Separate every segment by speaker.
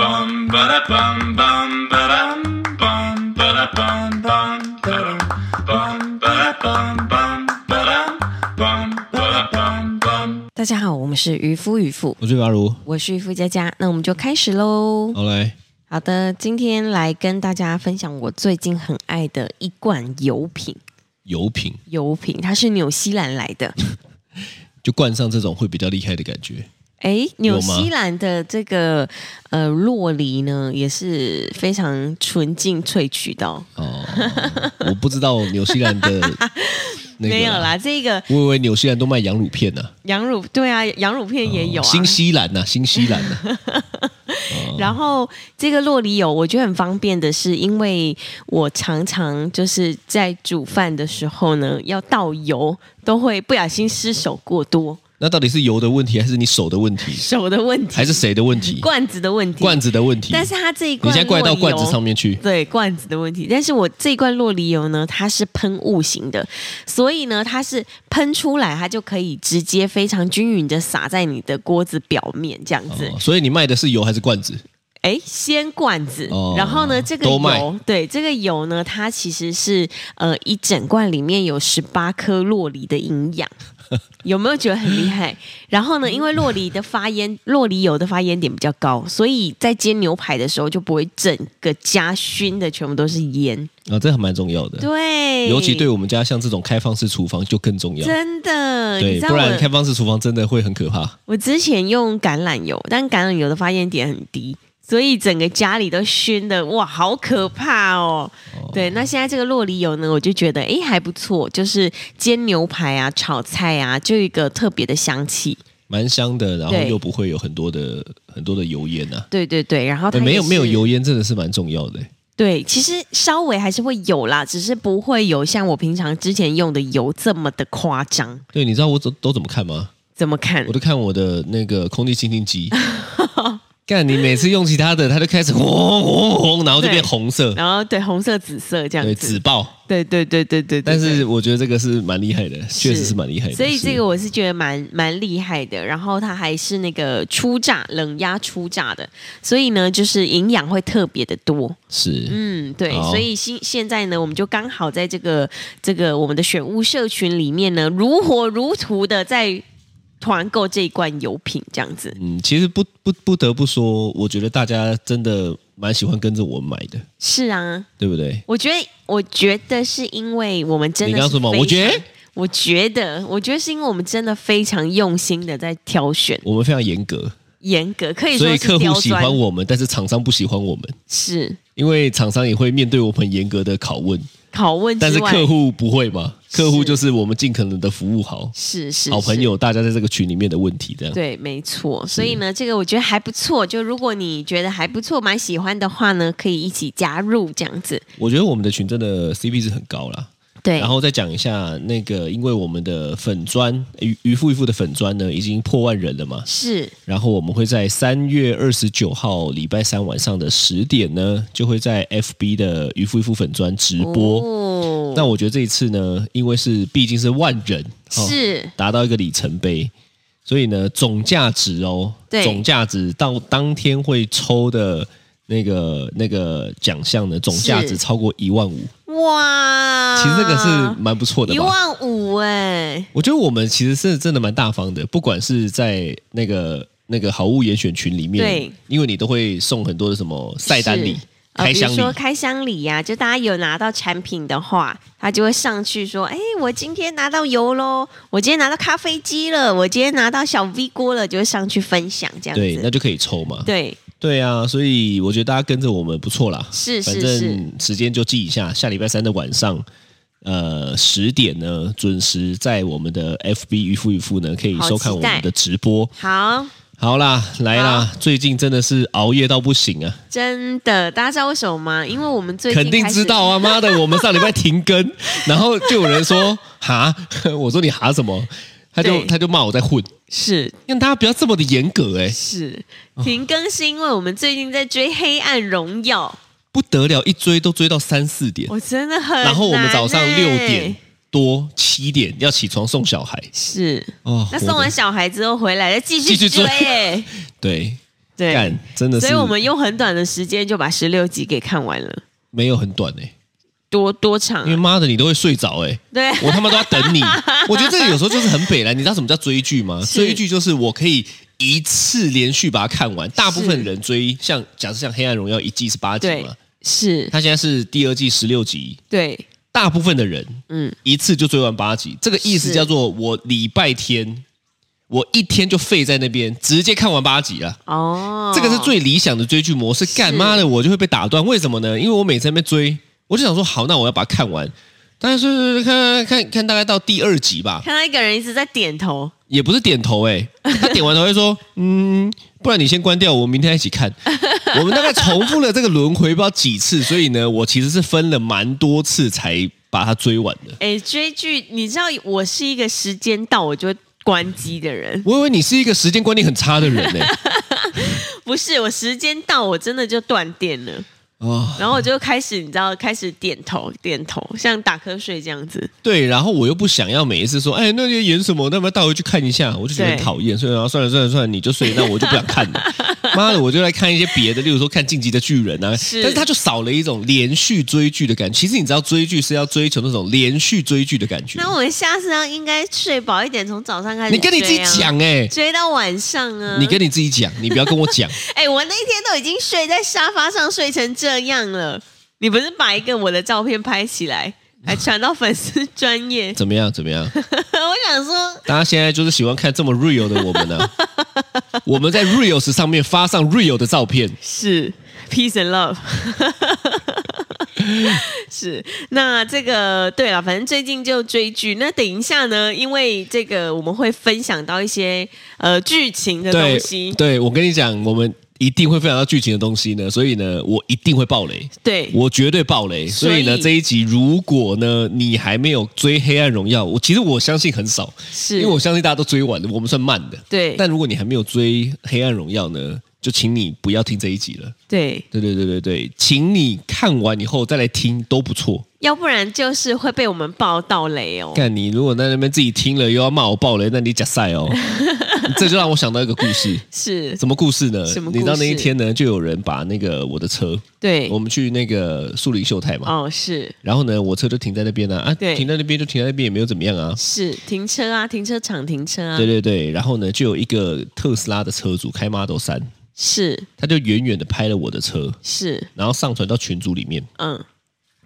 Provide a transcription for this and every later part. Speaker 1: bum ba da bum bum ba dum bum ba da bum bum ba dum bum ba da bum bum ba dum bum ba da bum bum.
Speaker 2: 大家好，我们是渔夫渔妇，
Speaker 3: 我是巴如，
Speaker 2: 我是渔夫佳佳，那我们就开始喽。
Speaker 3: 好来，
Speaker 2: 好的，今天来跟大家分享我最近很爱的一罐油品，
Speaker 3: 油品
Speaker 2: 油品它是纽西兰来 的。
Speaker 3: 就灌上这种会比较厉害的感觉。
Speaker 2: 哎，
Speaker 3: 有
Speaker 2: 纽
Speaker 3: 吗
Speaker 2: 西兰的这个呃洛梨呢，也是非常纯净萃取到，
Speaker 3: 哦，我不知道纽西 兰的那个
Speaker 2: 没有，啦，这个
Speaker 3: 我以为纽西兰都卖羊乳片呢、哦
Speaker 2: 羊乳对啊，羊乳片也有啊。
Speaker 3: 新西兰呐、新西兰呐、啊 嗯
Speaker 2: 然后这个洛梨油，我觉得很方便的是，因为我常常就是在煮饭的时候呢，要倒油，都会不小心失手过多，
Speaker 3: 那到底是油的问题，还是你手的问题，
Speaker 2: 手的问题，
Speaker 3: 还是谁的问题？
Speaker 2: 罐子的问题？
Speaker 3: 罐子的问题。
Speaker 2: 但是它这一
Speaker 3: 你
Speaker 2: 罐
Speaker 3: 现在怪到
Speaker 2: 洛梨
Speaker 3: 罐
Speaker 2: 油
Speaker 3: 子上面去，
Speaker 2: 对罐子的问题，但是我这一罐洛梨油呢，它是喷雾型的，所以呢，它是喷出来，它就可以直接非常均匀的撒在你的锅子表面这样子。
Speaker 3: 哦所以你卖的是油还是罐子？
Speaker 2: 哎，先罐子，
Speaker 3: 哦
Speaker 2: 然后呢，这个
Speaker 3: 都卖
Speaker 2: 油，对，这个油呢，它其实是呃，一整罐里面有十八颗洛梨的营养，有没有觉得很厉 害？然后呢，因为洛梨的发烟， 洛梨油的发烟点比较高，所以在煎牛排的时候就不会整个家熏的全部都是烟，
Speaker 3: 啊，这还蛮重要的，
Speaker 2: 对，
Speaker 3: 尤其对我们家像这种开放式厨房就更重要。
Speaker 2: 真的，你
Speaker 3: 对，
Speaker 2: 知道
Speaker 3: 不然开
Speaker 2: 我
Speaker 3: 放式厨房真的会很可怕。
Speaker 2: 我之前用橄榄油，但橄榄油的发烟点很低，所以整个家里都熏的哇，好可怕哦。
Speaker 3: 哦
Speaker 2: 对，那现在这个洛梨油呢，我就觉得诶还不错，就是煎牛排啊、炒菜啊，就有一个特别的香气。
Speaker 3: 蛮香的，然后
Speaker 2: 对
Speaker 3: 又不会有很多的很多的油烟呐、
Speaker 2: 对对对，然后哦它
Speaker 3: 呃没有
Speaker 2: 也是
Speaker 3: 没有油。烟真的是蛮重要的、
Speaker 2: 对，其实稍微还是会有啦，只是不会有像我平常之前用的油这么的夸张。
Speaker 3: 对，你知道我都都怎么看吗？
Speaker 2: 怎么看
Speaker 3: 我？都看我的那个空气清 净机。干，你每次用其他的，它就开始轰轰轰，然后就变
Speaker 2: 对
Speaker 3: 红 色，
Speaker 2: 然后对，红色、紫色这样
Speaker 3: 对，
Speaker 2: 子
Speaker 3: 紫。爆。
Speaker 2: 对对对对对对。
Speaker 3: 但
Speaker 2: 对
Speaker 3: 是我觉得这个是蛮厉害的，确实是蛮厉害的。
Speaker 2: 所以
Speaker 3: 是
Speaker 2: 这个我是觉得蛮蛮厉害的。然后它还是那个初榨冷压初榨的，所以呢，就是营养会特别的多。
Speaker 3: 是
Speaker 2: 嗯，对，
Speaker 3: 好
Speaker 2: 所以现现在呢，我们就刚好在这个这个我们的选物社群里面呢，如火如荼的在团购这一罐油品，这样子
Speaker 3: 嗯，其实不不不得不说，我觉得大家真的蛮喜欢跟着我买的，
Speaker 2: 是啊，
Speaker 3: 对不对？
Speaker 2: 我觉得我觉得是因为我们真的
Speaker 3: 你刚刚
Speaker 2: 是
Speaker 3: 说什么
Speaker 2: 非
Speaker 3: 我觉
Speaker 2: 常我觉得我觉得是因为我们真的非常用心的在挑选，
Speaker 3: 我们非常严格，
Speaker 2: 严格可以
Speaker 3: 所
Speaker 2: 说
Speaker 3: 以
Speaker 2: 是
Speaker 3: 客户
Speaker 2: 刁
Speaker 3: 喜
Speaker 2: 钻
Speaker 3: 欢，我们，但是厂商不喜欢我们。
Speaker 2: 是
Speaker 3: 因为厂商也会面对我们严格的拷问，
Speaker 2: 拷问之
Speaker 3: 但
Speaker 2: 外，
Speaker 3: 是客户不会嘛？
Speaker 2: 是
Speaker 3: 客户就是我们尽可能的服务好
Speaker 2: 是是
Speaker 3: 好朋
Speaker 2: 是
Speaker 3: 友，大家在这个群里面的问题这样。
Speaker 2: 对，没错。所以呢，这个我觉得还不错。就如果你觉得还不错，蛮喜欢的话呢，可以一起加入这样子。
Speaker 3: 我觉得我们的群真的 CP 值很高啦。
Speaker 2: 对，
Speaker 3: 然后再讲一下那个，因为我们的粉砖渔渔夫渔夫的粉砖呢已经破万人了嘛，
Speaker 2: 是
Speaker 3: 然后我们会在三月二十九号礼拜三晚上的十点呢，就会在 FB 的渔夫渔夫粉砖直播。
Speaker 2: 哦
Speaker 3: 那我觉得这一次呢，因为是毕竟是万人，哦
Speaker 2: 是
Speaker 3: 达到一个里程碑。所以呢，总价值哦，
Speaker 2: 对
Speaker 3: 总价值到当天会抽的那个那个奖项呢，总价值
Speaker 2: 是
Speaker 3: 超过一万五，
Speaker 2: 哇，
Speaker 3: 其实这个是蛮不错的
Speaker 2: 一
Speaker 3: 吧？
Speaker 2: 万五哎，
Speaker 3: 我觉得我们其实是真的蛮大方的，不管是在那个那个好物严选群里面，
Speaker 2: 对，
Speaker 3: 因为你都会送很多的什么晒单礼
Speaker 2: 是、呃
Speaker 3: 开箱
Speaker 2: 比如说
Speaker 3: 礼，
Speaker 2: 开箱礼呀、就大家有拿到产品的话，他就会上去说：“哎，我今天拿到油喽，我今天拿到咖啡机了，我今天拿到小 V 锅了，就会上去分享这样
Speaker 3: 对，那
Speaker 2: 子。
Speaker 3: 就可以抽嘛。
Speaker 2: 对，
Speaker 3: 对啊，所以我觉得大家跟着我们不错啦。
Speaker 2: 是
Speaker 3: 反
Speaker 2: 是是，
Speaker 3: 正时间就记一下，下礼拜三的晚上，呃，十点呢，准时在我们的 FB 渔夫渔夫呢，可以
Speaker 2: 好
Speaker 3: 收看
Speaker 2: 期
Speaker 3: 我
Speaker 2: 待
Speaker 3: 们的直播。
Speaker 2: 好。
Speaker 3: 好啦，来啦，最近真的是熬夜到不行啊，
Speaker 2: 真的，大家知道为什么吗？因为我们最近
Speaker 3: 肯定
Speaker 2: 开始
Speaker 3: 知道啊，妈的，我们上礼拜停更，然后就有人说哈， 我说你哈什么，他就
Speaker 2: 对
Speaker 3: 他就骂我在混，
Speaker 2: 是
Speaker 3: 因为大家不要这么的严格哎、
Speaker 2: 是停更，是因为我们最近在追《黑暗荣耀》，
Speaker 3: 不得了，一追都追到三四点，
Speaker 2: 我真的很、欸
Speaker 3: 然后我们早上六点。多七点要起床送小孩
Speaker 2: 是，
Speaker 3: 哦
Speaker 2: 那送
Speaker 3: 我的
Speaker 2: 完小孩之后回来再继续
Speaker 3: 继续
Speaker 2: 追、
Speaker 3: 追
Speaker 2: 欸，
Speaker 3: 对，
Speaker 2: 对，
Speaker 3: 干真的是，
Speaker 2: 所以我们用很短的时间就把十六集给看完了，
Speaker 3: 没有很短哎、
Speaker 2: 多多长、
Speaker 3: 因为
Speaker 2: 啊？
Speaker 3: 妈的你都会睡着哎、
Speaker 2: 对，
Speaker 3: 我他妈都要等 你。我觉得这个有时候就是很北蓝，你知道什么叫追剧吗？
Speaker 2: 是
Speaker 3: 追剧就是我可以一次连续把它看完。大部分
Speaker 2: 是
Speaker 3: 人追像假设像《黑暗荣耀》一季是八集
Speaker 2: 对
Speaker 3: 嘛，
Speaker 2: 是，
Speaker 3: 它现在是第二季十六集，
Speaker 2: 对，
Speaker 3: 大部分的人
Speaker 2: 嗯，
Speaker 3: 一次就追完八集。这个意思
Speaker 2: 是
Speaker 3: 叫做我礼拜天。我一天就废在那边，直接看完八集了。
Speaker 2: 哦，
Speaker 3: 这个是最理想的追剧模式。干妈的，我就会被打断。为什么呢？因为我每次在那边追，我就想说，好，那我要把它看完。但是看看看，大概到第二集吧，
Speaker 2: 看到一个人一直在点头，
Speaker 3: 也不是点头哎、他点完头会说， 嗯，不然你先关掉，我们明天一起看。我们大概重复了这个轮回不知道几次，所以呢，我其实是分了蛮多次才把它追完的。
Speaker 2: 哎，追剧，你知道我是一个时间到我就会关机的人，
Speaker 3: 我以为你是一个时间观念很差的人哎呢、
Speaker 2: 不是我时间到我真的就断电了，
Speaker 3: 哦，
Speaker 2: 然后我就开始你知道开始点头点头，像打瞌睡这样子，
Speaker 3: 对，然后我又不想要每一次说，哎，那你演什么？那么带回去看一下，我就觉得很
Speaker 2: 对
Speaker 3: 讨厌。所以然后算了算了算了，你就睡，那我就不想看 了。妈的，我就来看一些别的，例如说看《晋级的巨人》啊。
Speaker 2: 是
Speaker 3: 但是他就少了一种连续追剧的感觉。其实你知道，追剧是要追求那种连续追剧的感觉。
Speaker 2: 那我们下次要应该睡饱一点，从早上开始、
Speaker 3: 你跟你自己，讲哎、
Speaker 2: 追到晚上啊。
Speaker 3: 你跟你自己讲，你不要跟我讲。
Speaker 2: 哎、我那一天都已经睡在沙发上睡成这样了，你不是把一个我的照片拍起来，还传到粉丝专业？
Speaker 3: 怎么样？怎么样？
Speaker 2: 我想说，
Speaker 3: 大家现在就是喜欢看这么 real 的我们呢、 我们在 reels 上面发上 real 的照片，
Speaker 2: 是 peace and love。是，那这个对了，反正最近就追剧。那等一下呢，因为这个我们会分享到一些呃剧情的东
Speaker 3: 对
Speaker 2: 西，
Speaker 3: 对，我跟你讲，我们一定会分享到剧情的东西呢，所以呢，我一定会爆雷，
Speaker 2: 对，
Speaker 3: 我绝对爆雷。所以呢，
Speaker 2: 哎所以
Speaker 3: 这一集如果呢你还没有追《黑暗荣耀》，我其实我相信很少，
Speaker 2: 是
Speaker 3: 因为我相信大家都追完了，我们算慢的。
Speaker 2: 对
Speaker 3: 但如果你还没有追《黑暗荣耀》呢，就请你不要听这一集了。
Speaker 2: 对，
Speaker 3: 对对对对对，请你看完以后再来听都不错。
Speaker 2: 要不然就是会被我们爆到雷哦。
Speaker 3: 看你如果在那边自己听了又要骂我爆雷，那你假赛 哦。这就让我想到一个故事，
Speaker 2: 是，
Speaker 3: 什么故事呢？
Speaker 2: 什么故事
Speaker 3: 你知道那一天呢，就有人把那个我的车，
Speaker 2: 对
Speaker 3: 我，们去那个树林秀泰嘛，
Speaker 2: 哦，是
Speaker 3: 然后呢，我车就停在那边啊，啊，
Speaker 2: 对
Speaker 3: 停在那边就停在那边，也没有怎么样啊。
Speaker 2: 是，停车啊，停车场停车啊
Speaker 3: 对，对对，然后呢，就有一个特斯拉的车主开 Model 三，
Speaker 2: 是
Speaker 3: 他就远远的拍了我的车，
Speaker 2: 是，
Speaker 3: 然后上传到群组里面。
Speaker 2: 嗯，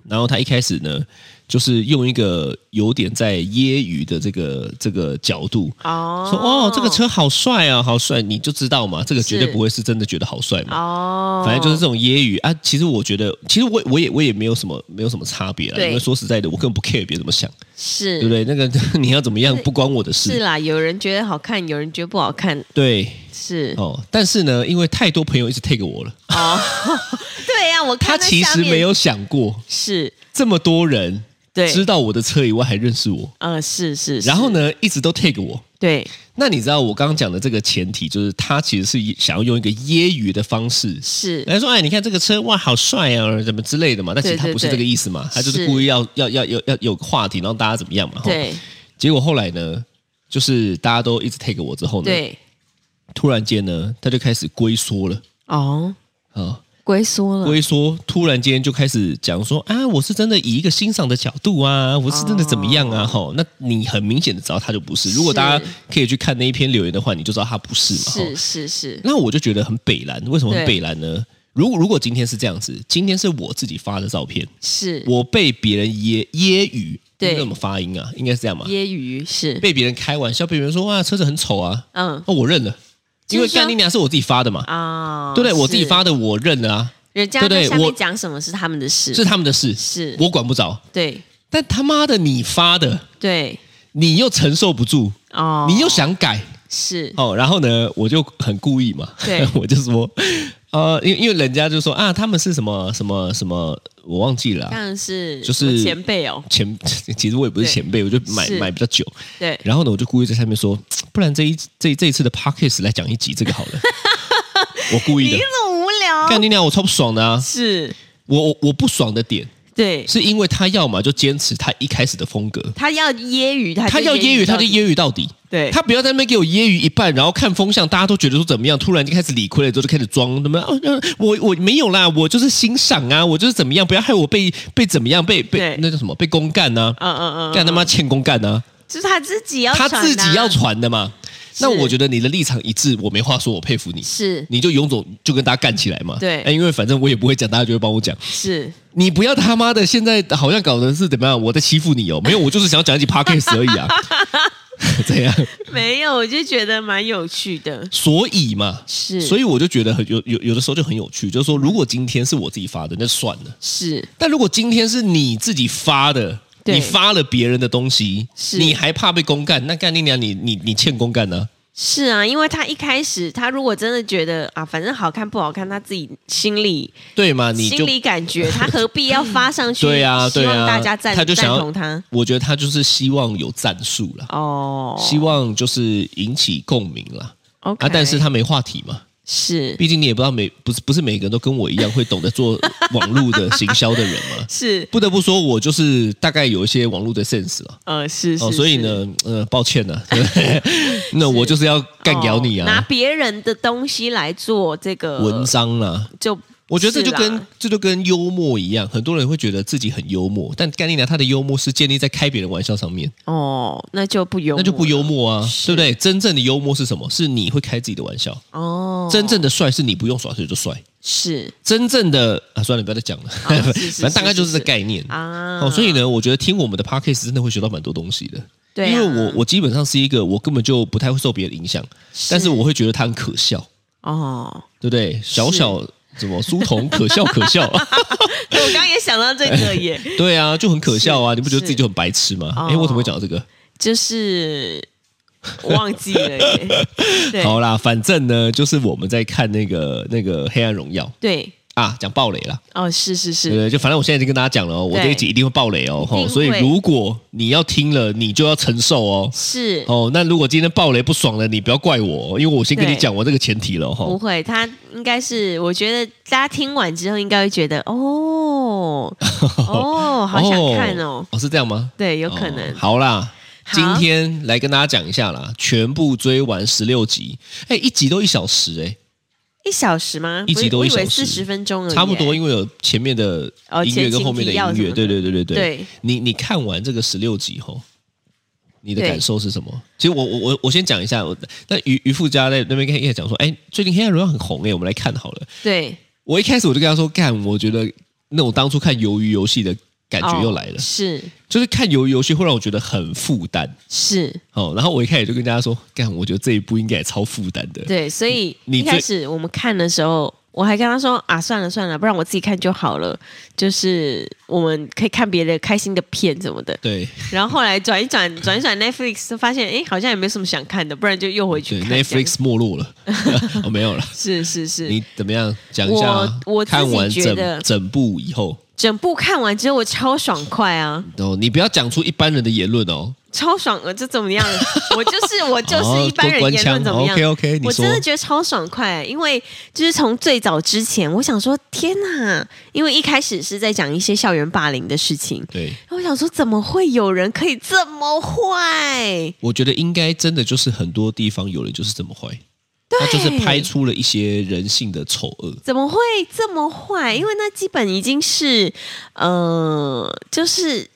Speaker 3: 然后他一开始呢，就是用一个有点在揶揄的这个这个角度，
Speaker 2: 哦，
Speaker 3: 说哦，这个，车好帅啊，好帅，你就知道嘛，这个绝对
Speaker 2: 是
Speaker 3: 不会是真的觉得好帅嘛。
Speaker 2: 哦，
Speaker 3: 反正就是这种揶揄啊，其实我觉得，其实我我也我也没有什么没有什么差别啦，
Speaker 2: 对
Speaker 3: 因为说实在的，我根本不 care 别人怎么想，
Speaker 2: 是，
Speaker 3: 对不对？那个 你要怎么样不关我的
Speaker 2: 是
Speaker 3: 事，
Speaker 2: 啦，有人觉得好看，有人觉得不好看，
Speaker 3: 对
Speaker 2: 是，
Speaker 3: 哦。但是呢，因为太多朋友一直 take 我了，
Speaker 2: 哦，对呀，我
Speaker 3: 他
Speaker 2: 看那
Speaker 3: 其
Speaker 2: 下
Speaker 3: 实
Speaker 2: 面
Speaker 3: 没，有想过
Speaker 2: 是，
Speaker 3: 这么多人
Speaker 2: 对，
Speaker 3: 知道我的车以外还认识我，
Speaker 2: 呃，是是，是
Speaker 3: 然后，呢一直都 take 我。
Speaker 2: 对，
Speaker 3: 那你知道我刚刚讲的这个前提，就是他其实是想要用一个揶揄的方式
Speaker 2: 是，
Speaker 3: 来说，哎，你看这个车哇，好帅啊，怎么之类的嘛。但其实他
Speaker 2: 对对
Speaker 3: 不是这个意思嘛，他就是
Speaker 2: 是
Speaker 3: 故意要要要要要有个话题，让大家怎么样嘛。吼。
Speaker 2: 对
Speaker 3: 结果后来呢，就是大家都一直 take 我之后呢，
Speaker 2: 对，
Speaker 3: 突然间呢，他就开始龟缩了
Speaker 2: 哦，
Speaker 3: 啊，
Speaker 2: 龟缩了，
Speaker 3: 龟缩，突然间就开始讲说啊，我是真的以一个欣赏的角度啊，我是真的怎么样啊，吼、那你很明显的知道他就不是。如果
Speaker 2: 哦是
Speaker 3: 大家可以去看那一篇留言的话，你就知道他不是嘛。吼
Speaker 2: 是是是，
Speaker 3: 那我就觉得很北蓝，为什么很
Speaker 2: 对
Speaker 3: 北蓝呢？如果如果今天是这样子，今天是我自己发的照片，
Speaker 2: 是，
Speaker 3: 我被别人揶揶揄，
Speaker 2: 对
Speaker 3: 那怎么发音啊？应该是这样嘛？
Speaker 2: 揶揄是，
Speaker 3: 被别人开玩笑，被别人说哇车子很丑啊，
Speaker 2: 嗯
Speaker 3: 那、我认了，因为
Speaker 2: 就是说
Speaker 3: 干你娘是我自己发的嘛，
Speaker 2: 啊，
Speaker 3: 对不对？我自己
Speaker 2: 是
Speaker 3: 发的，我认了啊，
Speaker 2: 人家
Speaker 3: 对不
Speaker 2: 在
Speaker 3: 对
Speaker 2: 下面
Speaker 3: 我
Speaker 2: 讲什么是他们的事，
Speaker 3: 是他们的事，
Speaker 2: 是
Speaker 3: 我管不着。
Speaker 2: 对
Speaker 3: 但他妈的你发的，
Speaker 2: 对
Speaker 3: 你又承受不住，
Speaker 2: 哦，
Speaker 3: 你又想改
Speaker 2: 是
Speaker 3: 哦，然后呢，我就很故意嘛，
Speaker 2: 对
Speaker 3: 我就说，呃，因为因为人家就说啊，他们是什么什么什么，我忘记了啊、
Speaker 2: 当然是
Speaker 3: 就是
Speaker 2: 我前辈哦，
Speaker 3: 前 其实我也不是
Speaker 2: 嗯对
Speaker 3: 前辈，我就买
Speaker 2: 是
Speaker 3: 买比较久，
Speaker 2: 对
Speaker 3: 然后呢，我就故意在下面说，不然这一这这一次的 podcast 来讲一集这个好 了，我故意
Speaker 2: 你
Speaker 3: 的
Speaker 2: 这。种无聊
Speaker 3: 干你娘！我超不爽的啊！
Speaker 2: 是，
Speaker 3: 我我我不爽的点
Speaker 2: 对
Speaker 3: 是因为他要么就坚持他一开始的风格，
Speaker 2: 他要揶揄他，
Speaker 3: 他要揶揄他就
Speaker 2: 到底
Speaker 3: 揶揄到底，
Speaker 2: 对
Speaker 3: 他不要在那边给我揶揄一半，然后看风向，大家都觉得说怎么样，突然就开始理亏了，之后就开始装怎么样、哦呃我我没有啦，我就是欣赏啊，我就是怎么样，不要害我被被怎么样，被被
Speaker 2: 对
Speaker 3: 那叫什么被公干呐、
Speaker 2: 嗯嗯嗯，
Speaker 3: 干他妈欠公干呐、
Speaker 2: 就是他自己要
Speaker 3: 他
Speaker 2: 传啊、
Speaker 3: 自己要传的嘛。那
Speaker 2: 是
Speaker 3: 我觉得你的立场一致，我没话说，我佩服你。
Speaker 2: 是
Speaker 3: 你就勇总就跟大家干起来嘛。
Speaker 2: 对
Speaker 3: 哎因为反正我也不会讲，大家就会帮我讲。
Speaker 2: 是
Speaker 3: 你不要他妈的，现在好像搞的是怎么样？我在欺负你哦？没有，我就是想要讲一集 podcast 而已啊。 怎样？
Speaker 2: 没有，我就觉得蛮有趣的，
Speaker 3: 所以嘛，
Speaker 2: 是
Speaker 3: 所以我就觉得很有有有的时候就很有趣，就是说，如果今天是我自己发的，那算了；
Speaker 2: 是
Speaker 3: 但如果今天是你自己发的，
Speaker 2: 对
Speaker 3: 你发了别人的东西，
Speaker 2: 是
Speaker 3: 你还怕被公干？那干你娘，你你你欠公干呢、
Speaker 2: 是啊，因为他一开始他如果真的觉得啊，反正好看不好看，他自己心里
Speaker 3: 对嘛？你
Speaker 2: 心
Speaker 3: 就
Speaker 2: 里感觉，他何必要发上去？
Speaker 3: 对啊，对
Speaker 2: 希望
Speaker 3: 啊，
Speaker 2: 大家赞
Speaker 3: 他就
Speaker 2: 赞
Speaker 3: 想要
Speaker 2: 同他。
Speaker 3: 我觉得他就是希望有战术啦，
Speaker 2: 哦，
Speaker 3: 希望就是引起共鸣啦。
Speaker 2: OK，
Speaker 3: 啊，但是他没话题嘛，
Speaker 2: 是
Speaker 3: 毕竟你也不知道每不是不是每个人都跟我一样会懂得做 网络的行销的人嘛。
Speaker 2: 是
Speaker 3: 不得不说，我就是大概有一些网络的 sense 了。
Speaker 2: 呃是
Speaker 3: 哦，
Speaker 2: 是
Speaker 3: 所以呢，呃，抱歉呢、 对那我就是要干掉你
Speaker 2: 哦拿
Speaker 3: 啊，
Speaker 2: 别人的东西来做这个
Speaker 3: 文章啦。
Speaker 2: 就
Speaker 3: 我觉得这就跟
Speaker 2: 是啦
Speaker 3: 这就跟幽默一样，很多人会觉得自己很幽默，但甘丽娜她的幽默是建立在开别人玩笑上面，
Speaker 2: 哦，那就不幽默
Speaker 3: 那就不幽
Speaker 2: 了
Speaker 3: 默啊，
Speaker 2: 是
Speaker 3: 对不对？真正的幽默是什么？是你会开自己的玩笑。
Speaker 2: 哦，
Speaker 3: 真正的帅是你不用耍帅就帅，
Speaker 2: 是
Speaker 3: 真正的啊，算了，不要再讲了，
Speaker 2: 哦 是是
Speaker 3: 反正大概就是这
Speaker 2: 是
Speaker 3: 概念。
Speaker 2: 啊，
Speaker 3: 哦，所以呢，我觉得听我们的 podcast 真的会学到蛮多东西的，
Speaker 2: 对啊
Speaker 3: 因为我我基本上是一个我根本就不太会受别人影响，但是我会觉得他很可笑，
Speaker 2: 哦，
Speaker 3: 对不对？小小怎么书童可笑可 笑，
Speaker 2: 对我刚刚也想到这个 耶，
Speaker 3: 对啊，就很可笑啊！
Speaker 2: 是
Speaker 3: 你不觉得自己
Speaker 2: 是
Speaker 3: 就很白痴吗？
Speaker 2: 哦
Speaker 3: 哎、我怎么会讲到这个？
Speaker 2: 就是忘记了 耶，对
Speaker 3: 好啦，反正呢，就是我们在看那个那个《黑暗荣耀》
Speaker 2: 对，
Speaker 3: 啊，讲暴雷啦。
Speaker 2: 哦，是是
Speaker 3: 对不
Speaker 2: 是，
Speaker 3: 对，就反正我现在已经跟大家讲了哦，我这
Speaker 2: 对
Speaker 3: 一集一定会爆雷哦，
Speaker 2: 一定
Speaker 3: 吼所以
Speaker 2: 会
Speaker 3: 如果你要听了，你就要承受哦。
Speaker 2: 是
Speaker 3: 哦，那如果今天爆雷不爽了，你不要怪我哦，因为我先跟你
Speaker 2: 对
Speaker 3: 讲我这个前提了哈
Speaker 2: 不。会，他应该是，我觉得大家听完之后应该会觉得，哦， 哦，好想看哦，
Speaker 3: 哦，是这样吗？
Speaker 2: 对，有可能
Speaker 3: 哦，好啦。
Speaker 2: 好
Speaker 3: 今天来跟大家讲一下啦，全部追完十六集，哎，一集都一小时哎、
Speaker 2: 一小时吗？
Speaker 3: 一集都
Speaker 2: 我以
Speaker 3: 一小
Speaker 2: 我
Speaker 3: 时
Speaker 2: 以为四十分钟而已，
Speaker 3: 差不多，因为有前面的
Speaker 2: 哦
Speaker 3: 音乐
Speaker 2: 前
Speaker 3: 跟
Speaker 2: 情
Speaker 3: 后面的
Speaker 2: 提要
Speaker 3: 音乐，
Speaker 2: 什么的
Speaker 3: 对对对对对。
Speaker 2: 对
Speaker 3: 你你看完这个十六集后，你的
Speaker 2: 对
Speaker 3: 感受是什么？其实我我我我先讲一下，我那于于富家在那边跟叶讲说，哎，最近《黑暗荣耀》很红哎，我们来看好了。
Speaker 2: 对，
Speaker 3: 我一开始我就跟他说，干，我觉得那种当初看《鱿鱼游戏》的感觉又来了，
Speaker 2: 哦是
Speaker 3: 就是看《鱿鱼游戏》会让我觉得很负担
Speaker 2: 是，
Speaker 3: 哦。然后我一开始就跟大家说，干，我觉得这一部应该也超负担的。
Speaker 2: 对，所以
Speaker 3: 你
Speaker 2: 一开
Speaker 3: 最
Speaker 2: 始我们看的时候，我还跟他说啊，算了算了，不然我自己看就好了，就是我们可以看别的开心的片什么的。
Speaker 3: 对
Speaker 2: 然后后来转一转，转一转 Netflix，就发现哎，好像也没什么想看的，不然就又回去
Speaker 3: 对
Speaker 2: 看这样
Speaker 3: ，Netflix 没落 了，哦，没有了。
Speaker 2: 是是是，
Speaker 3: 你怎么样讲一下？
Speaker 2: 我我自己
Speaker 3: 看完
Speaker 2: 觉得
Speaker 3: 整整部以后，
Speaker 2: 整部看完之后我超爽快啊，
Speaker 3: 哦，你不要讲出一般人的言论哦。
Speaker 2: 超爽呃，这怎么样？我就是我就是一般人
Speaker 3: 哦多官
Speaker 2: 言
Speaker 3: 腔
Speaker 2: 论怎么样
Speaker 3: OK，OK，你
Speaker 2: 我真的
Speaker 3: 说
Speaker 2: 觉得超爽快，因为就是从最早之前，我想说天哪，因为一开始是在讲一些校园霸凌的事情，
Speaker 3: 对，
Speaker 2: 然后我想说怎么会有人可以这么坏？
Speaker 3: 我觉得应该真的就是很多地方有人就是这么坏，他就是拍出了一些人性的丑恶。
Speaker 2: 怎么会这么坏？因为那基本已经是，呃，就是